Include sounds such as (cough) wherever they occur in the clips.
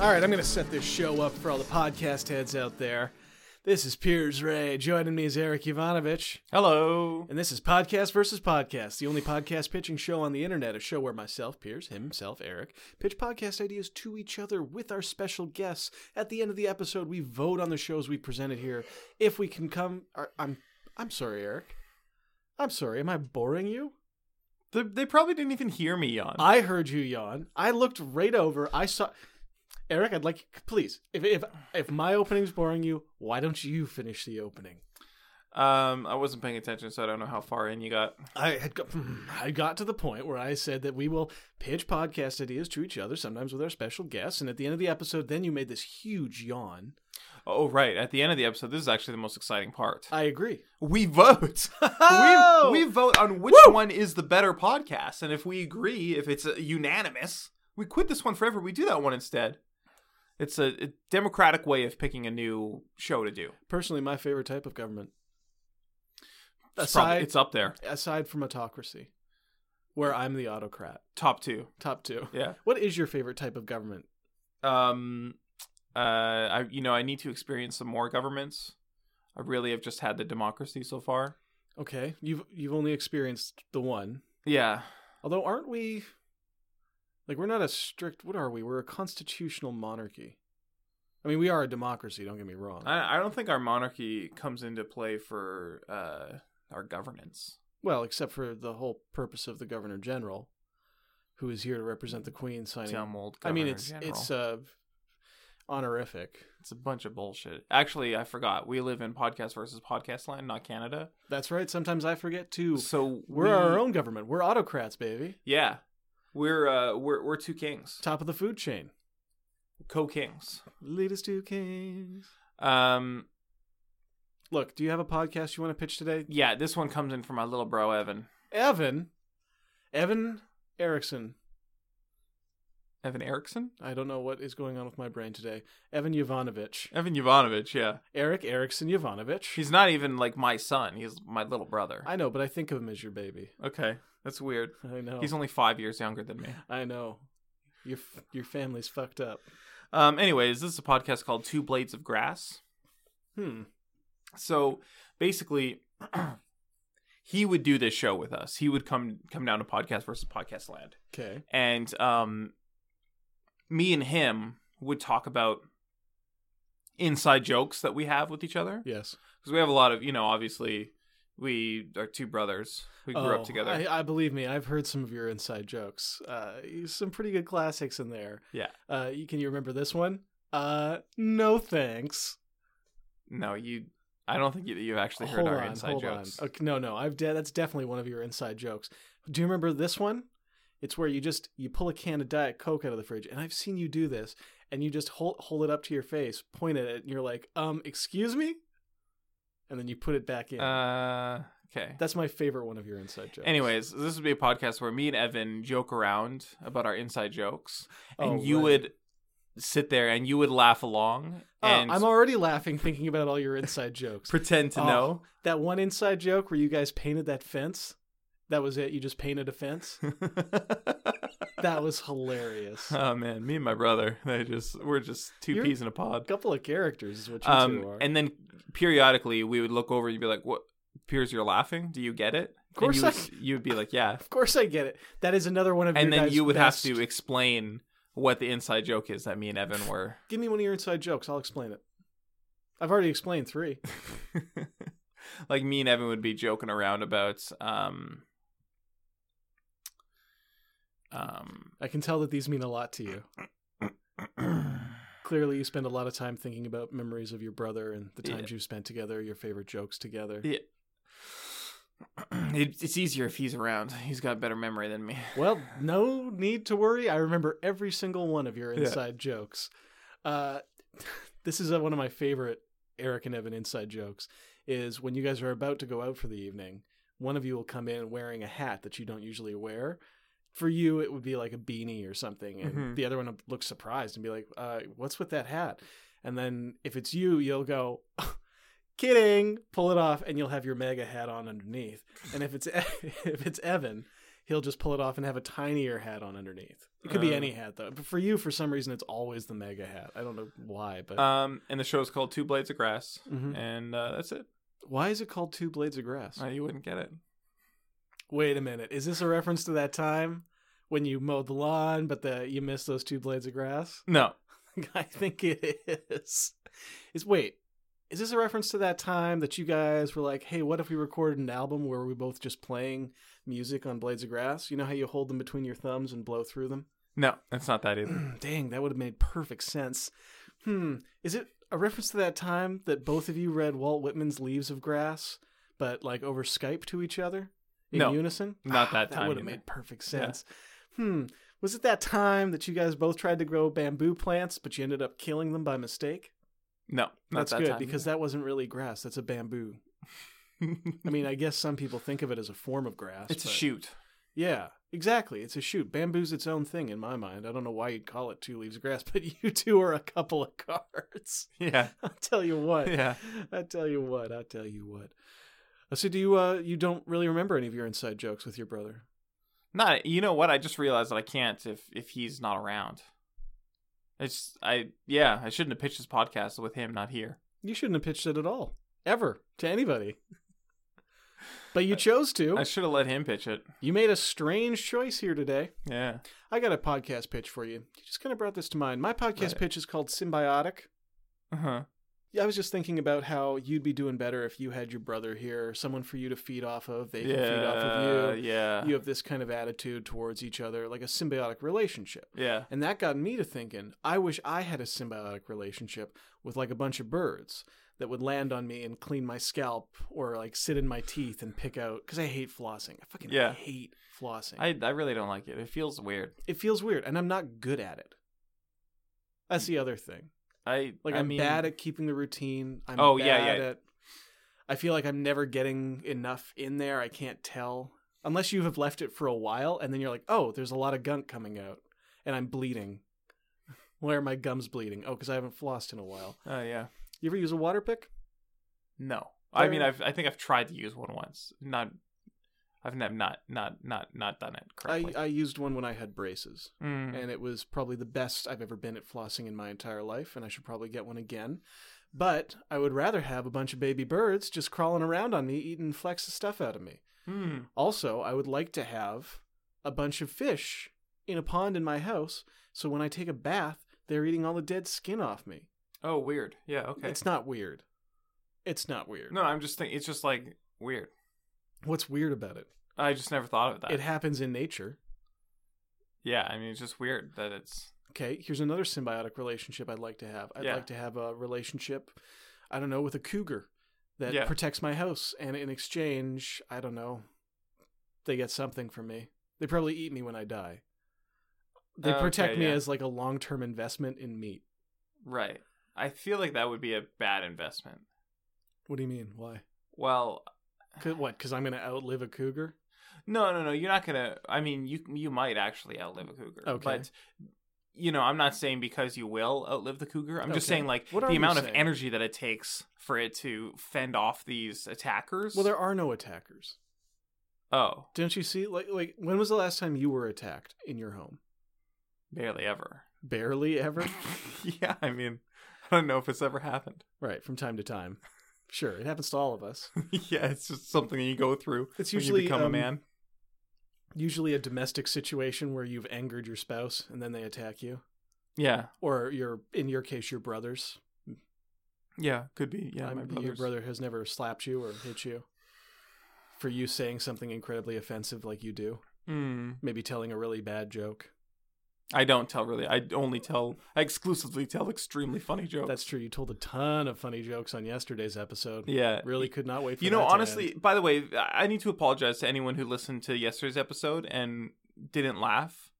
All right, I'm going to set this show up for all the podcast heads out there. This is Piers Ray. Joining me is Eric Ivanovich. Hello. And this is Podcast versus Podcast, the only podcast pitching show on the internet, a show where myself, Piers, himself, Eric, pitch podcast ideas to each other with our special guests. At the end of the episode, we vote on the shows we presented here. If we can come, are- I'm I'm sorry, Eric. I'm sorry. Am I boring you? They, they probably didn't even hear me yawn. I heard you yawn. I looked right over. I saw Eric. I'd like please. If if if my opening's boring you, why don't you finish the opening? Um, I wasn't paying attention, so I don't know how far in you got. I had got, I got to the point where I said that we will pitch podcast ideas to each other, sometimes with our special guests, and at the end of the episode, then you made this huge yawn. Oh, right. At the end of the episode, this is actually the most exciting part. I agree. We vote. Oh! (laughs) we, we vote on which one is the better podcast. And if we agree, if it's uh, unanimous, we quit this one forever. We do that one instead. It's a, a democratic way of picking a new show to do. Personally, my favorite type of government, It's, probably- Aside- it's up there. aside from autocracy, where I'm the autocrat, Top two. top two. Yeah. What is your favorite type of government? um uh i you know i need to experience some more governments i really have just had the democracy so far Okay, you've you've only experienced the one. yeah Although, aren't we? Like, we're not a strict. What are we? We're a constitutional monarchy. I mean, we are a democracy. Don't get me wrong. i, I don't think our monarchy comes into play for uh our governance Well, except for the whole purpose of the governor general, who is here to represent the queen signing. Dumb old I mean, Governor it's General. it's uh, honorific. it's a bunch of bullshit actually i forgot we live in podcast versus podcast land not canada That's right. Sometimes I forget too. so We're we- our own government. We're autocrats, baby. yeah we're uh we're, we're two kings Top of the food chain. co-kings Lead us to kings. um Look, do you have a podcast you want to pitch today? yeah this one comes in for my little bro evan Evan, Evan Erickson. evan erickson I don't know what is going on with my brain today. Evan Yovanovitch. evan Yovanovitch, yeah Eric Erickson Yovanovitch. He's not even like my son. He's my little brother. I know, but I think of him as your baby. (laughs) okay, that's weird. I know. He's only five years younger than (laughs) me. I know. Your f- your family's fucked up. Um, anyways, this is a podcast called Two Blades of Grass. Hmm. So basically, (clears throat) he would do this show with us. He would come come down to podcast versus podcast land, Okay. and um, me and him would talk about inside jokes that we have with each other Yes. because we have a lot of you know obviously we are two brothers we grew Oh, up together I, I believe me. I've heard some of your inside jokes. Uh, some pretty good classics in there. Yeah. Uh, you, can you remember this one? Uh, no thanks. No, you. I don't think you, you've actually heard hold our on. inside hold jokes. on. Okay, no, no. I've de- that's definitely one of your inside jokes. Do you remember this one? It's where you just you pull a can of Diet Coke out of the fridge, and I've seen you do this, and you just hold hold it up to your face, point at it, and you're like, um, excuse me, and then you put it back in. Uh, okay. That's my favorite one of your inside jokes. Anyways, this would be a podcast where me and Evan joke around about our inside jokes, and Oh, you right. would sit there and you would laugh along Oh, and I'm already laughing thinking about all your inside jokes. pretend to Oh, (laughs) know. (laughs) that one inside joke where you guys painted that fence. That was it. You just painted a (laughs) fence. That was hilarious. A oh man, me and my brother, they just we're just 2 You're- peas in a pod. couple of characters is what you Um, two are. and then periodically we would look over and you'd be like, "What? Piers, you're laughing? Do you get it?" Of course you I- would, s- you would be like, "Yeah." Of course, I get it. That is another one of and your then guys' you would best- have to explain what the inside joke is that me and Evan were. (laughs) give me one of your inside jokes. I'll explain it. I've already explained three. like me and Evan would be joking around about um um (clears throat) I can tell that these mean a lot to you. Clearly, you spend a lot of time thinking about memories of your brother and the Yeah. times you spent together, your favorite jokes together. Yeah. it, it's easier if he's around. He's got better memory than (laughs) me. Well, no need to worry. I remember every single one of your Yeah. inside jokes. Uh, (laughs) this is uh, one of my favorite Eric and Evan inside jokes. Is when you guys are about to go out for the evening, one of you will come in wearing a hat that you don't usually wear. For you, it would be like a beanie or something, and Mhm. the other one will look surprised and be like, uh, "What's with that hat?" And then if it's you, you'll go, (laughs) (laughs) "Kidding!" Pull it off, and you'll have your mega hat on underneath. And if it's if it's Evan, he'll just pull it off and have a tinier hat on underneath. It could be Oh. any hat though. But for you, for some reason, it's always the mega hat. I don't know why, but Um, and the show is called Two Blades of Grass, Mhm. and uh, that's it. why is it called Two Blades of Grass? Uh, you wouldn't get it. Wait a minute, is this a reference to that time when you mowed the lawn, but the you missed those two blades of grass? No, (laughs) I think it is. Is wait, is this a reference to that time that you guys were like, "Hey, what if we recorded an album where we both just playing music on blades of grass? You know how you hold them between your thumbs and blow through them? (clears throat) no, it's not that either. Dang, that would have made perfect sense." Hmm, is it a reference to that time that both of you read Walt Whitman's Leaves of Grass, but like over Skype to each other in No. unison? (sighs) Not that That time would have either. made perfect sense. Hmm. Was it that time that you guys both tried to grow bamboo plants, but you ended up killing them by mistake? no, not That's that good time because that wasn't really grass. That's a bamboo. I mean, I guess some people think of it as a form of grass. it's a but- (laughs) shoot. Yeah, exactly. It's a shoot. Bamboo's its own thing in my mind. I don't know why you'd call it two leaves of grass, (laughs) but you two are a couple of cards. (laughs) Yeah, I'll tell you what. yeah. I'll tell you what. I'll tell you what. Uh, So do you? Uh, you don't really remember any of your inside jokes with your brother? Not you know what? I just realized that I can't if if he's not around. It's I yeah. I shouldn't have pitched this podcast with him not here. You shouldn't have pitched it at all, ever, to anybody. (laughs) But you chose to. I should have let him pitch it. You made a strange choice here today. Yeah. I got a podcast pitch for you. You just kind of brought this to mind. My podcast Right. pitch is called Symbiotic. Uh huh. Yeah, I was just thinking about how you'd be doing better if you had your brother here, someone for you to feed off of. They can feed off Yeah. of you. Yeah. You have this kind of attitude towards each other, like a symbiotic relationship. Yeah. And that got me to thinking, I wish I had a symbiotic relationship with like a bunch of birds that would land on me and clean my scalp or like sit in my teeth and pick out because I hate flossing. I fucking Yeah. hate flossing. I I really don't like it. It feels weird. it feels weird and I'm not good at it. That's Mm. the other thing. I Like I I am mean, bad at keeping the routine. I'm Oh, bad yeah, yeah. at I feel like I'm never getting enough in there. I can't tell. Unless you have left it for a while and then you're like, "Oh, there's a lot of gunk coming out and I'm bleeding." (laughs) Why are my gums bleeding? Oh, cuz I haven't flossed in a while. Oh yeah. You ever use a water pick? No. I There- mean, I've I think I've tried to use one once. Not. I've never not not not not done it I, correctly. I used one when I had braces, Mm. and it was probably the best I've ever been at flossing in my entire life, and I should probably get one again. But I would rather have a bunch of baby birds just crawling around on me, eating flecks of stuff out of me. Hmm. Also, I would like to have a bunch of fish in a pond in my house, so when I take a bath, they're eating all the dead skin off me. Oh, weird. Yeah. Okay. It's not weird. It's not weird. No, I'm just thinking. It's just like weird. What's weird about it? I just never thought of that. It happens in nature. yeah. I mean, it's just weird that it's. okay, here's another symbiotic relationship I'd like to have. I'd Yeah. like to have a relationship, I don't know, with a cougar that Yeah. protects my house. And in exchange, I don't know, they get something from me. They probably eat me when I die. They Okay, protect me yeah. as like a long term investment in meat. Right. I feel like that would be a bad investment. What do you mean? Why? Well, 'Cause- what? Because I'm going to outlive a cougar? no, no, no. You're not gonna. I mean, you you might actually outlive a cougar. Okay. But you know, I'm not saying because you will outlive the cougar. I'm just Okay. saying like What are the you amount of saying? energy that it takes for it to fend off these attackers. Well, there are no attackers. oh, Didn't you see? Like, like when was the last time you were attacked in your home? barely ever. (laughs) Barely ever. yeah. I mean, I don't know if it's ever happened. (laughs) right, from time to time. Sure, it happens to all of us. yeah, it's just something you go through. It's when usually you become a um, man. usually a domestic situation where you've angered your spouse and then they attack you Yeah. or your in your case your brothers Yeah, could be. Yeah, I my mean, brother's. your brother has never slapped you or hit you for you saying something incredibly offensive like you do Mm. maybe telling a really bad joke I don't tell really. I only tell. I exclusively tell extremely funny jokes. that's true you told a ton of funny jokes on yesterday's episode yeah. really could not wait for You know, that to honestly. end. By the way, I I need to apologize to anyone who listened to yesterday's episode and didn't laugh.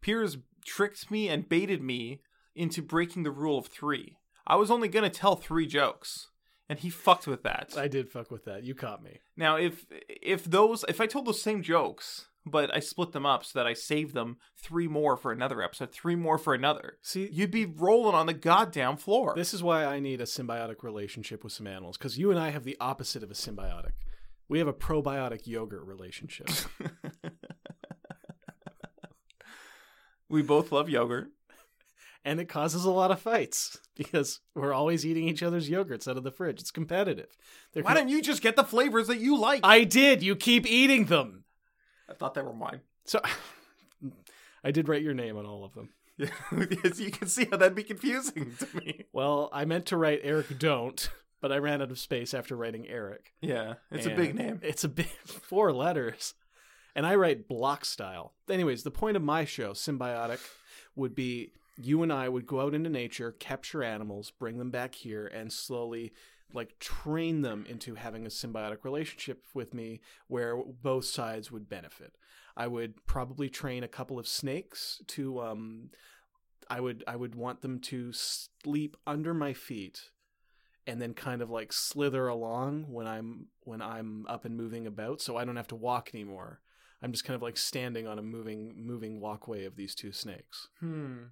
Piers tricked me and baited me into breaking the rule of three. I was only gonna tell three jokes, and he fucked with that. i did fuck with that you caught me Now, if if those if I told those same jokes, but I split them up so that I saved them three more for another episode, three more for another, see you'd be rolling on the goddamn floor. This is why I need a symbiotic relationship with some animals because you and I have the (laughs) opposite of a symbiotic. We have a probiotic yogurt relationship. We both love yogurt. and it causes a lot of fights (laughs) because we're always eating each other's yogurts out of the fridge. It's competitive. They're Why com- don't you just get the flavors that you like? I did. You keep eating them. I thought they were mine. (laughs) So (sighs) I did write your name on all of them. As you can see how that'd be confusing to me. Well, I meant to write Eric Don't, but I ran out of space after writing Eric. Yeah, it's a And big name. It's a big (laughs) four letters. And I write block style. Anyways, the point of my show, Symbiotic, would be you and I would go out into nature, capture animals, bring them back here, and slowly like train them into having a symbiotic relationship with me where both sides would benefit. I would probably train a couple of snakes to um I would I would want them to sleep under my feet and then kind of like slither along when I'm when I'm up and moving about, so I don't have to walk anymore. I'm just kind of like standing on a moving moving walkway of these two snakes. Hmm.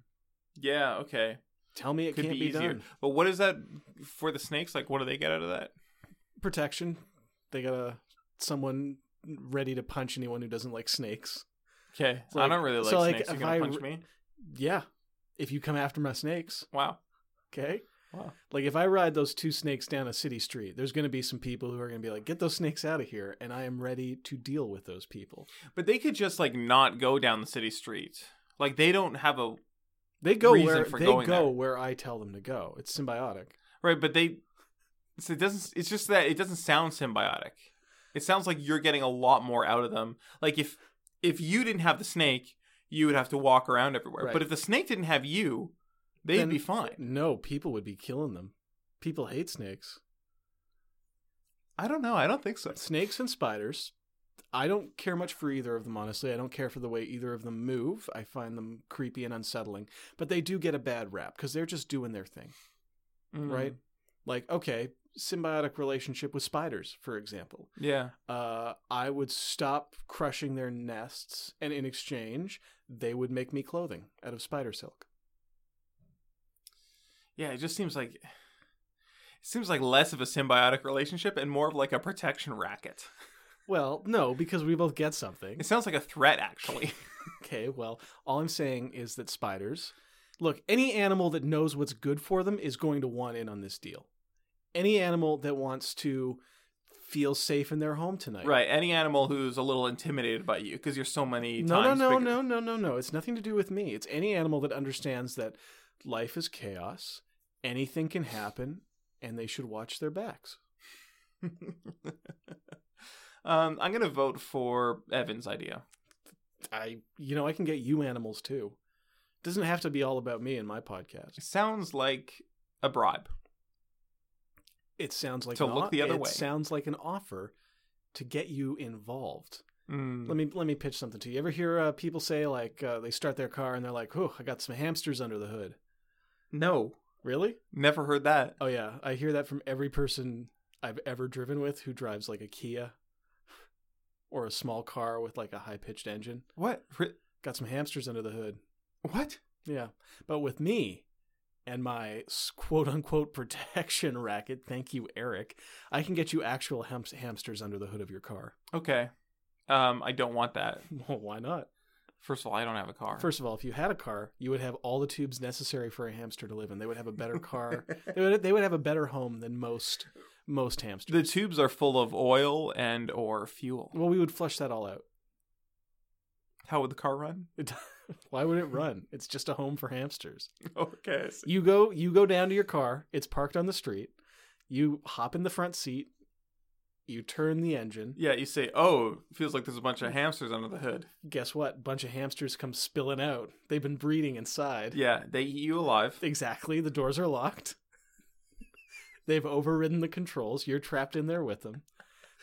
Yeah. Okay. Tell me it Could can't be be, easier. done. But what is that for the snakes? Like, what do they get out of that? Protection. They got a someone ready to punch anyone who doesn't like snakes. Okay. So, like- I don't really like so, like, snakes. if You're gonna I punch re- me? Yeah. If you come after my snakes, Wow. okay? Wow. Like if I ride those two snakes down a city street, there's going to be some people who are going to be like, "Get those snakes out of here," and I am ready to deal with those people. But they could just like not go down the city street. Like they don't have a They go Reason where for they go going there. where I tell them to go. It's symbiotic. right. But they. So it doesn't. It's just that it doesn't sound symbiotic. It sounds like you're getting a lot more out of them. Like if if you didn't have the snake, you would have to walk around everywhere. Right. But if the snake didn't have you, they'd Then- be fine. No, people would be killing them. People hate snakes. I don't know. I don't think so. Snakes and spiders. I don't care much for either of them, honestly. I don't care for the way either of them move. I find them creepy and unsettling. But they do get a bad rap because they're just doing their thing, Mm. right? Like, okay, symbiotic relationship with spiders, for example. Yeah. Uh, I would stop crushing their nests, and in exchange, they would make me clothing out of spider silk. Yeah, it just seems like it seems like less of a symbiotic relationship and more of like a protection racket. Well, no, because we both get something. (laughs) It sounds like a threat actually. Okay, well, all I'm saying is that spiders. Look, any animal that knows what's good for them is going to want in on this deal. Any animal that wants to feel safe in their home tonight. right, any animal who's a little intimidated by you because you're so many No, no, times no, bigger. no, no, no, no. It's nothing to do with me. It's any animal that understands that life is chaos, anything can happen, and they should watch their backs. Um I'm going to vote for Evan's idea. I, you know, I can get you animals too. doesn't have to be all about me in my podcast. It sounds like a bribe. It sounds like To an look the other it way. sounds like an offer to get you involved. Mm. Let me let me pitch something to you. Ever hear uh, people say like uh, they start their car and they're like, "Oh, I got some hamsters under the hood." No. Really? Never heard that. Oh yeah, I hear that from every person I've ever driven with who drives like a Kia or a small car with like a high pitched engine. What? Re- Got some hamsters under the hood. What? Yeah. But with me and my quote unquote protection racket, thank you, Eric, I can get you actual ham- hamsters under the hood of your car. Okay. Um I don't want that. (laughs) Well, why not? First of all, I don't have a car. First of all, if you had a car, you would have all the tubes necessary for a hamster to live in. They would have a better car. they, would, they would have a better home than most most hamsters. the tubes are full of oil and or fuel. well, we would flush that all out. (laughs) How would the car run? (laughs) It, why would it run? It's just a home for hamsters. Okay. You go you go down to your car, it's parked on the street. You hop in the front seat, you turn the engine. Yeah, you say, "Oh, feels like there's a bunch of hamsters under the hood." Guess what? Bunch of hamsters come spilling out. They've been breeding inside. Yeah, they eat you alive. Exactly. The doors are locked. They've overridden the controls. You're trapped in there with them.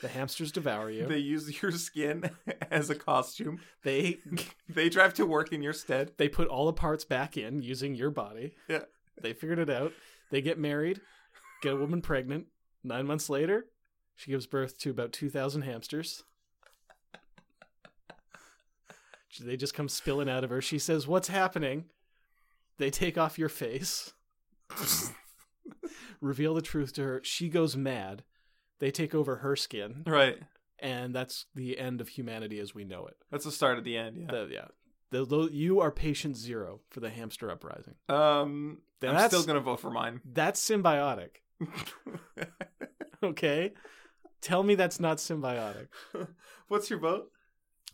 The hamsters devour you. They use (laughs) your skin as a costume. They They drive to work in your stead. (laughs) they put all the parts back in using your body. Yeah. They figured it out. They get married, get a woman pregnant. Nine months later, she gives birth to about 2,000 hamsters. They just come spilling out of her. She says, What's happening? They take off your face, reveal the truth to her. She goes mad. They take over her skin, right. and that's the end of humanity as we know it. That's the start of the end. Yeah. The, yeah. Tho- tho- you are patient zero for the hamster uprising. Um, Then I'm that's- still gonna vote for mine. That's (laughs) symbiotic. Okay. Tell me that's not symbiotic. What's your vote?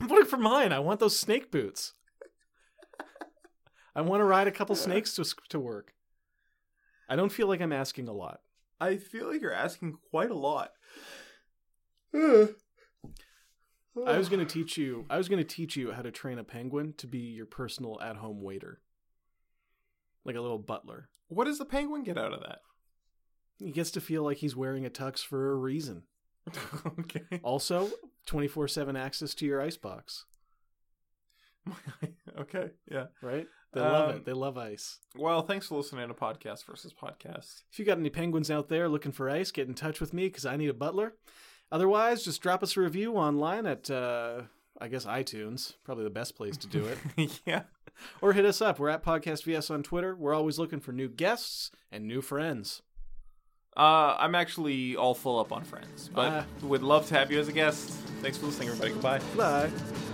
I'm voting for mine. I want those snake boots. I want to ride a couple snakes to, to work. I don't feel like I'm asking a lot. I feel like you're asking quite a lot. I I was going to teach you. I was going to teach you how to train a penguin to be your personal at-home waiter, like a little butler. What does the penguin get out of that? (laughs) He gets to feel like he's wearing a tux for a reason. okay. (laughs) Also, 24/7 access to your icebox, okay. Yeah. right? They love Um, it. They love ice. Well, thanks for listening to Podcast versus Podcast. (laughs) If you got any penguins out there looking for ice, get in touch with me because I need a butler. Otherwise, just drop us a review online at, uh, I guess, iTunes, probably the best place to do it. yeah. or hit us up. We're at Podcast VS on Twitter. We're always looking for new guests and new friends. Uh, I'm actually all full up on friends, but Uh. would love to have you as a guest. Thanks for listening, everybody. Goodbye. Bye.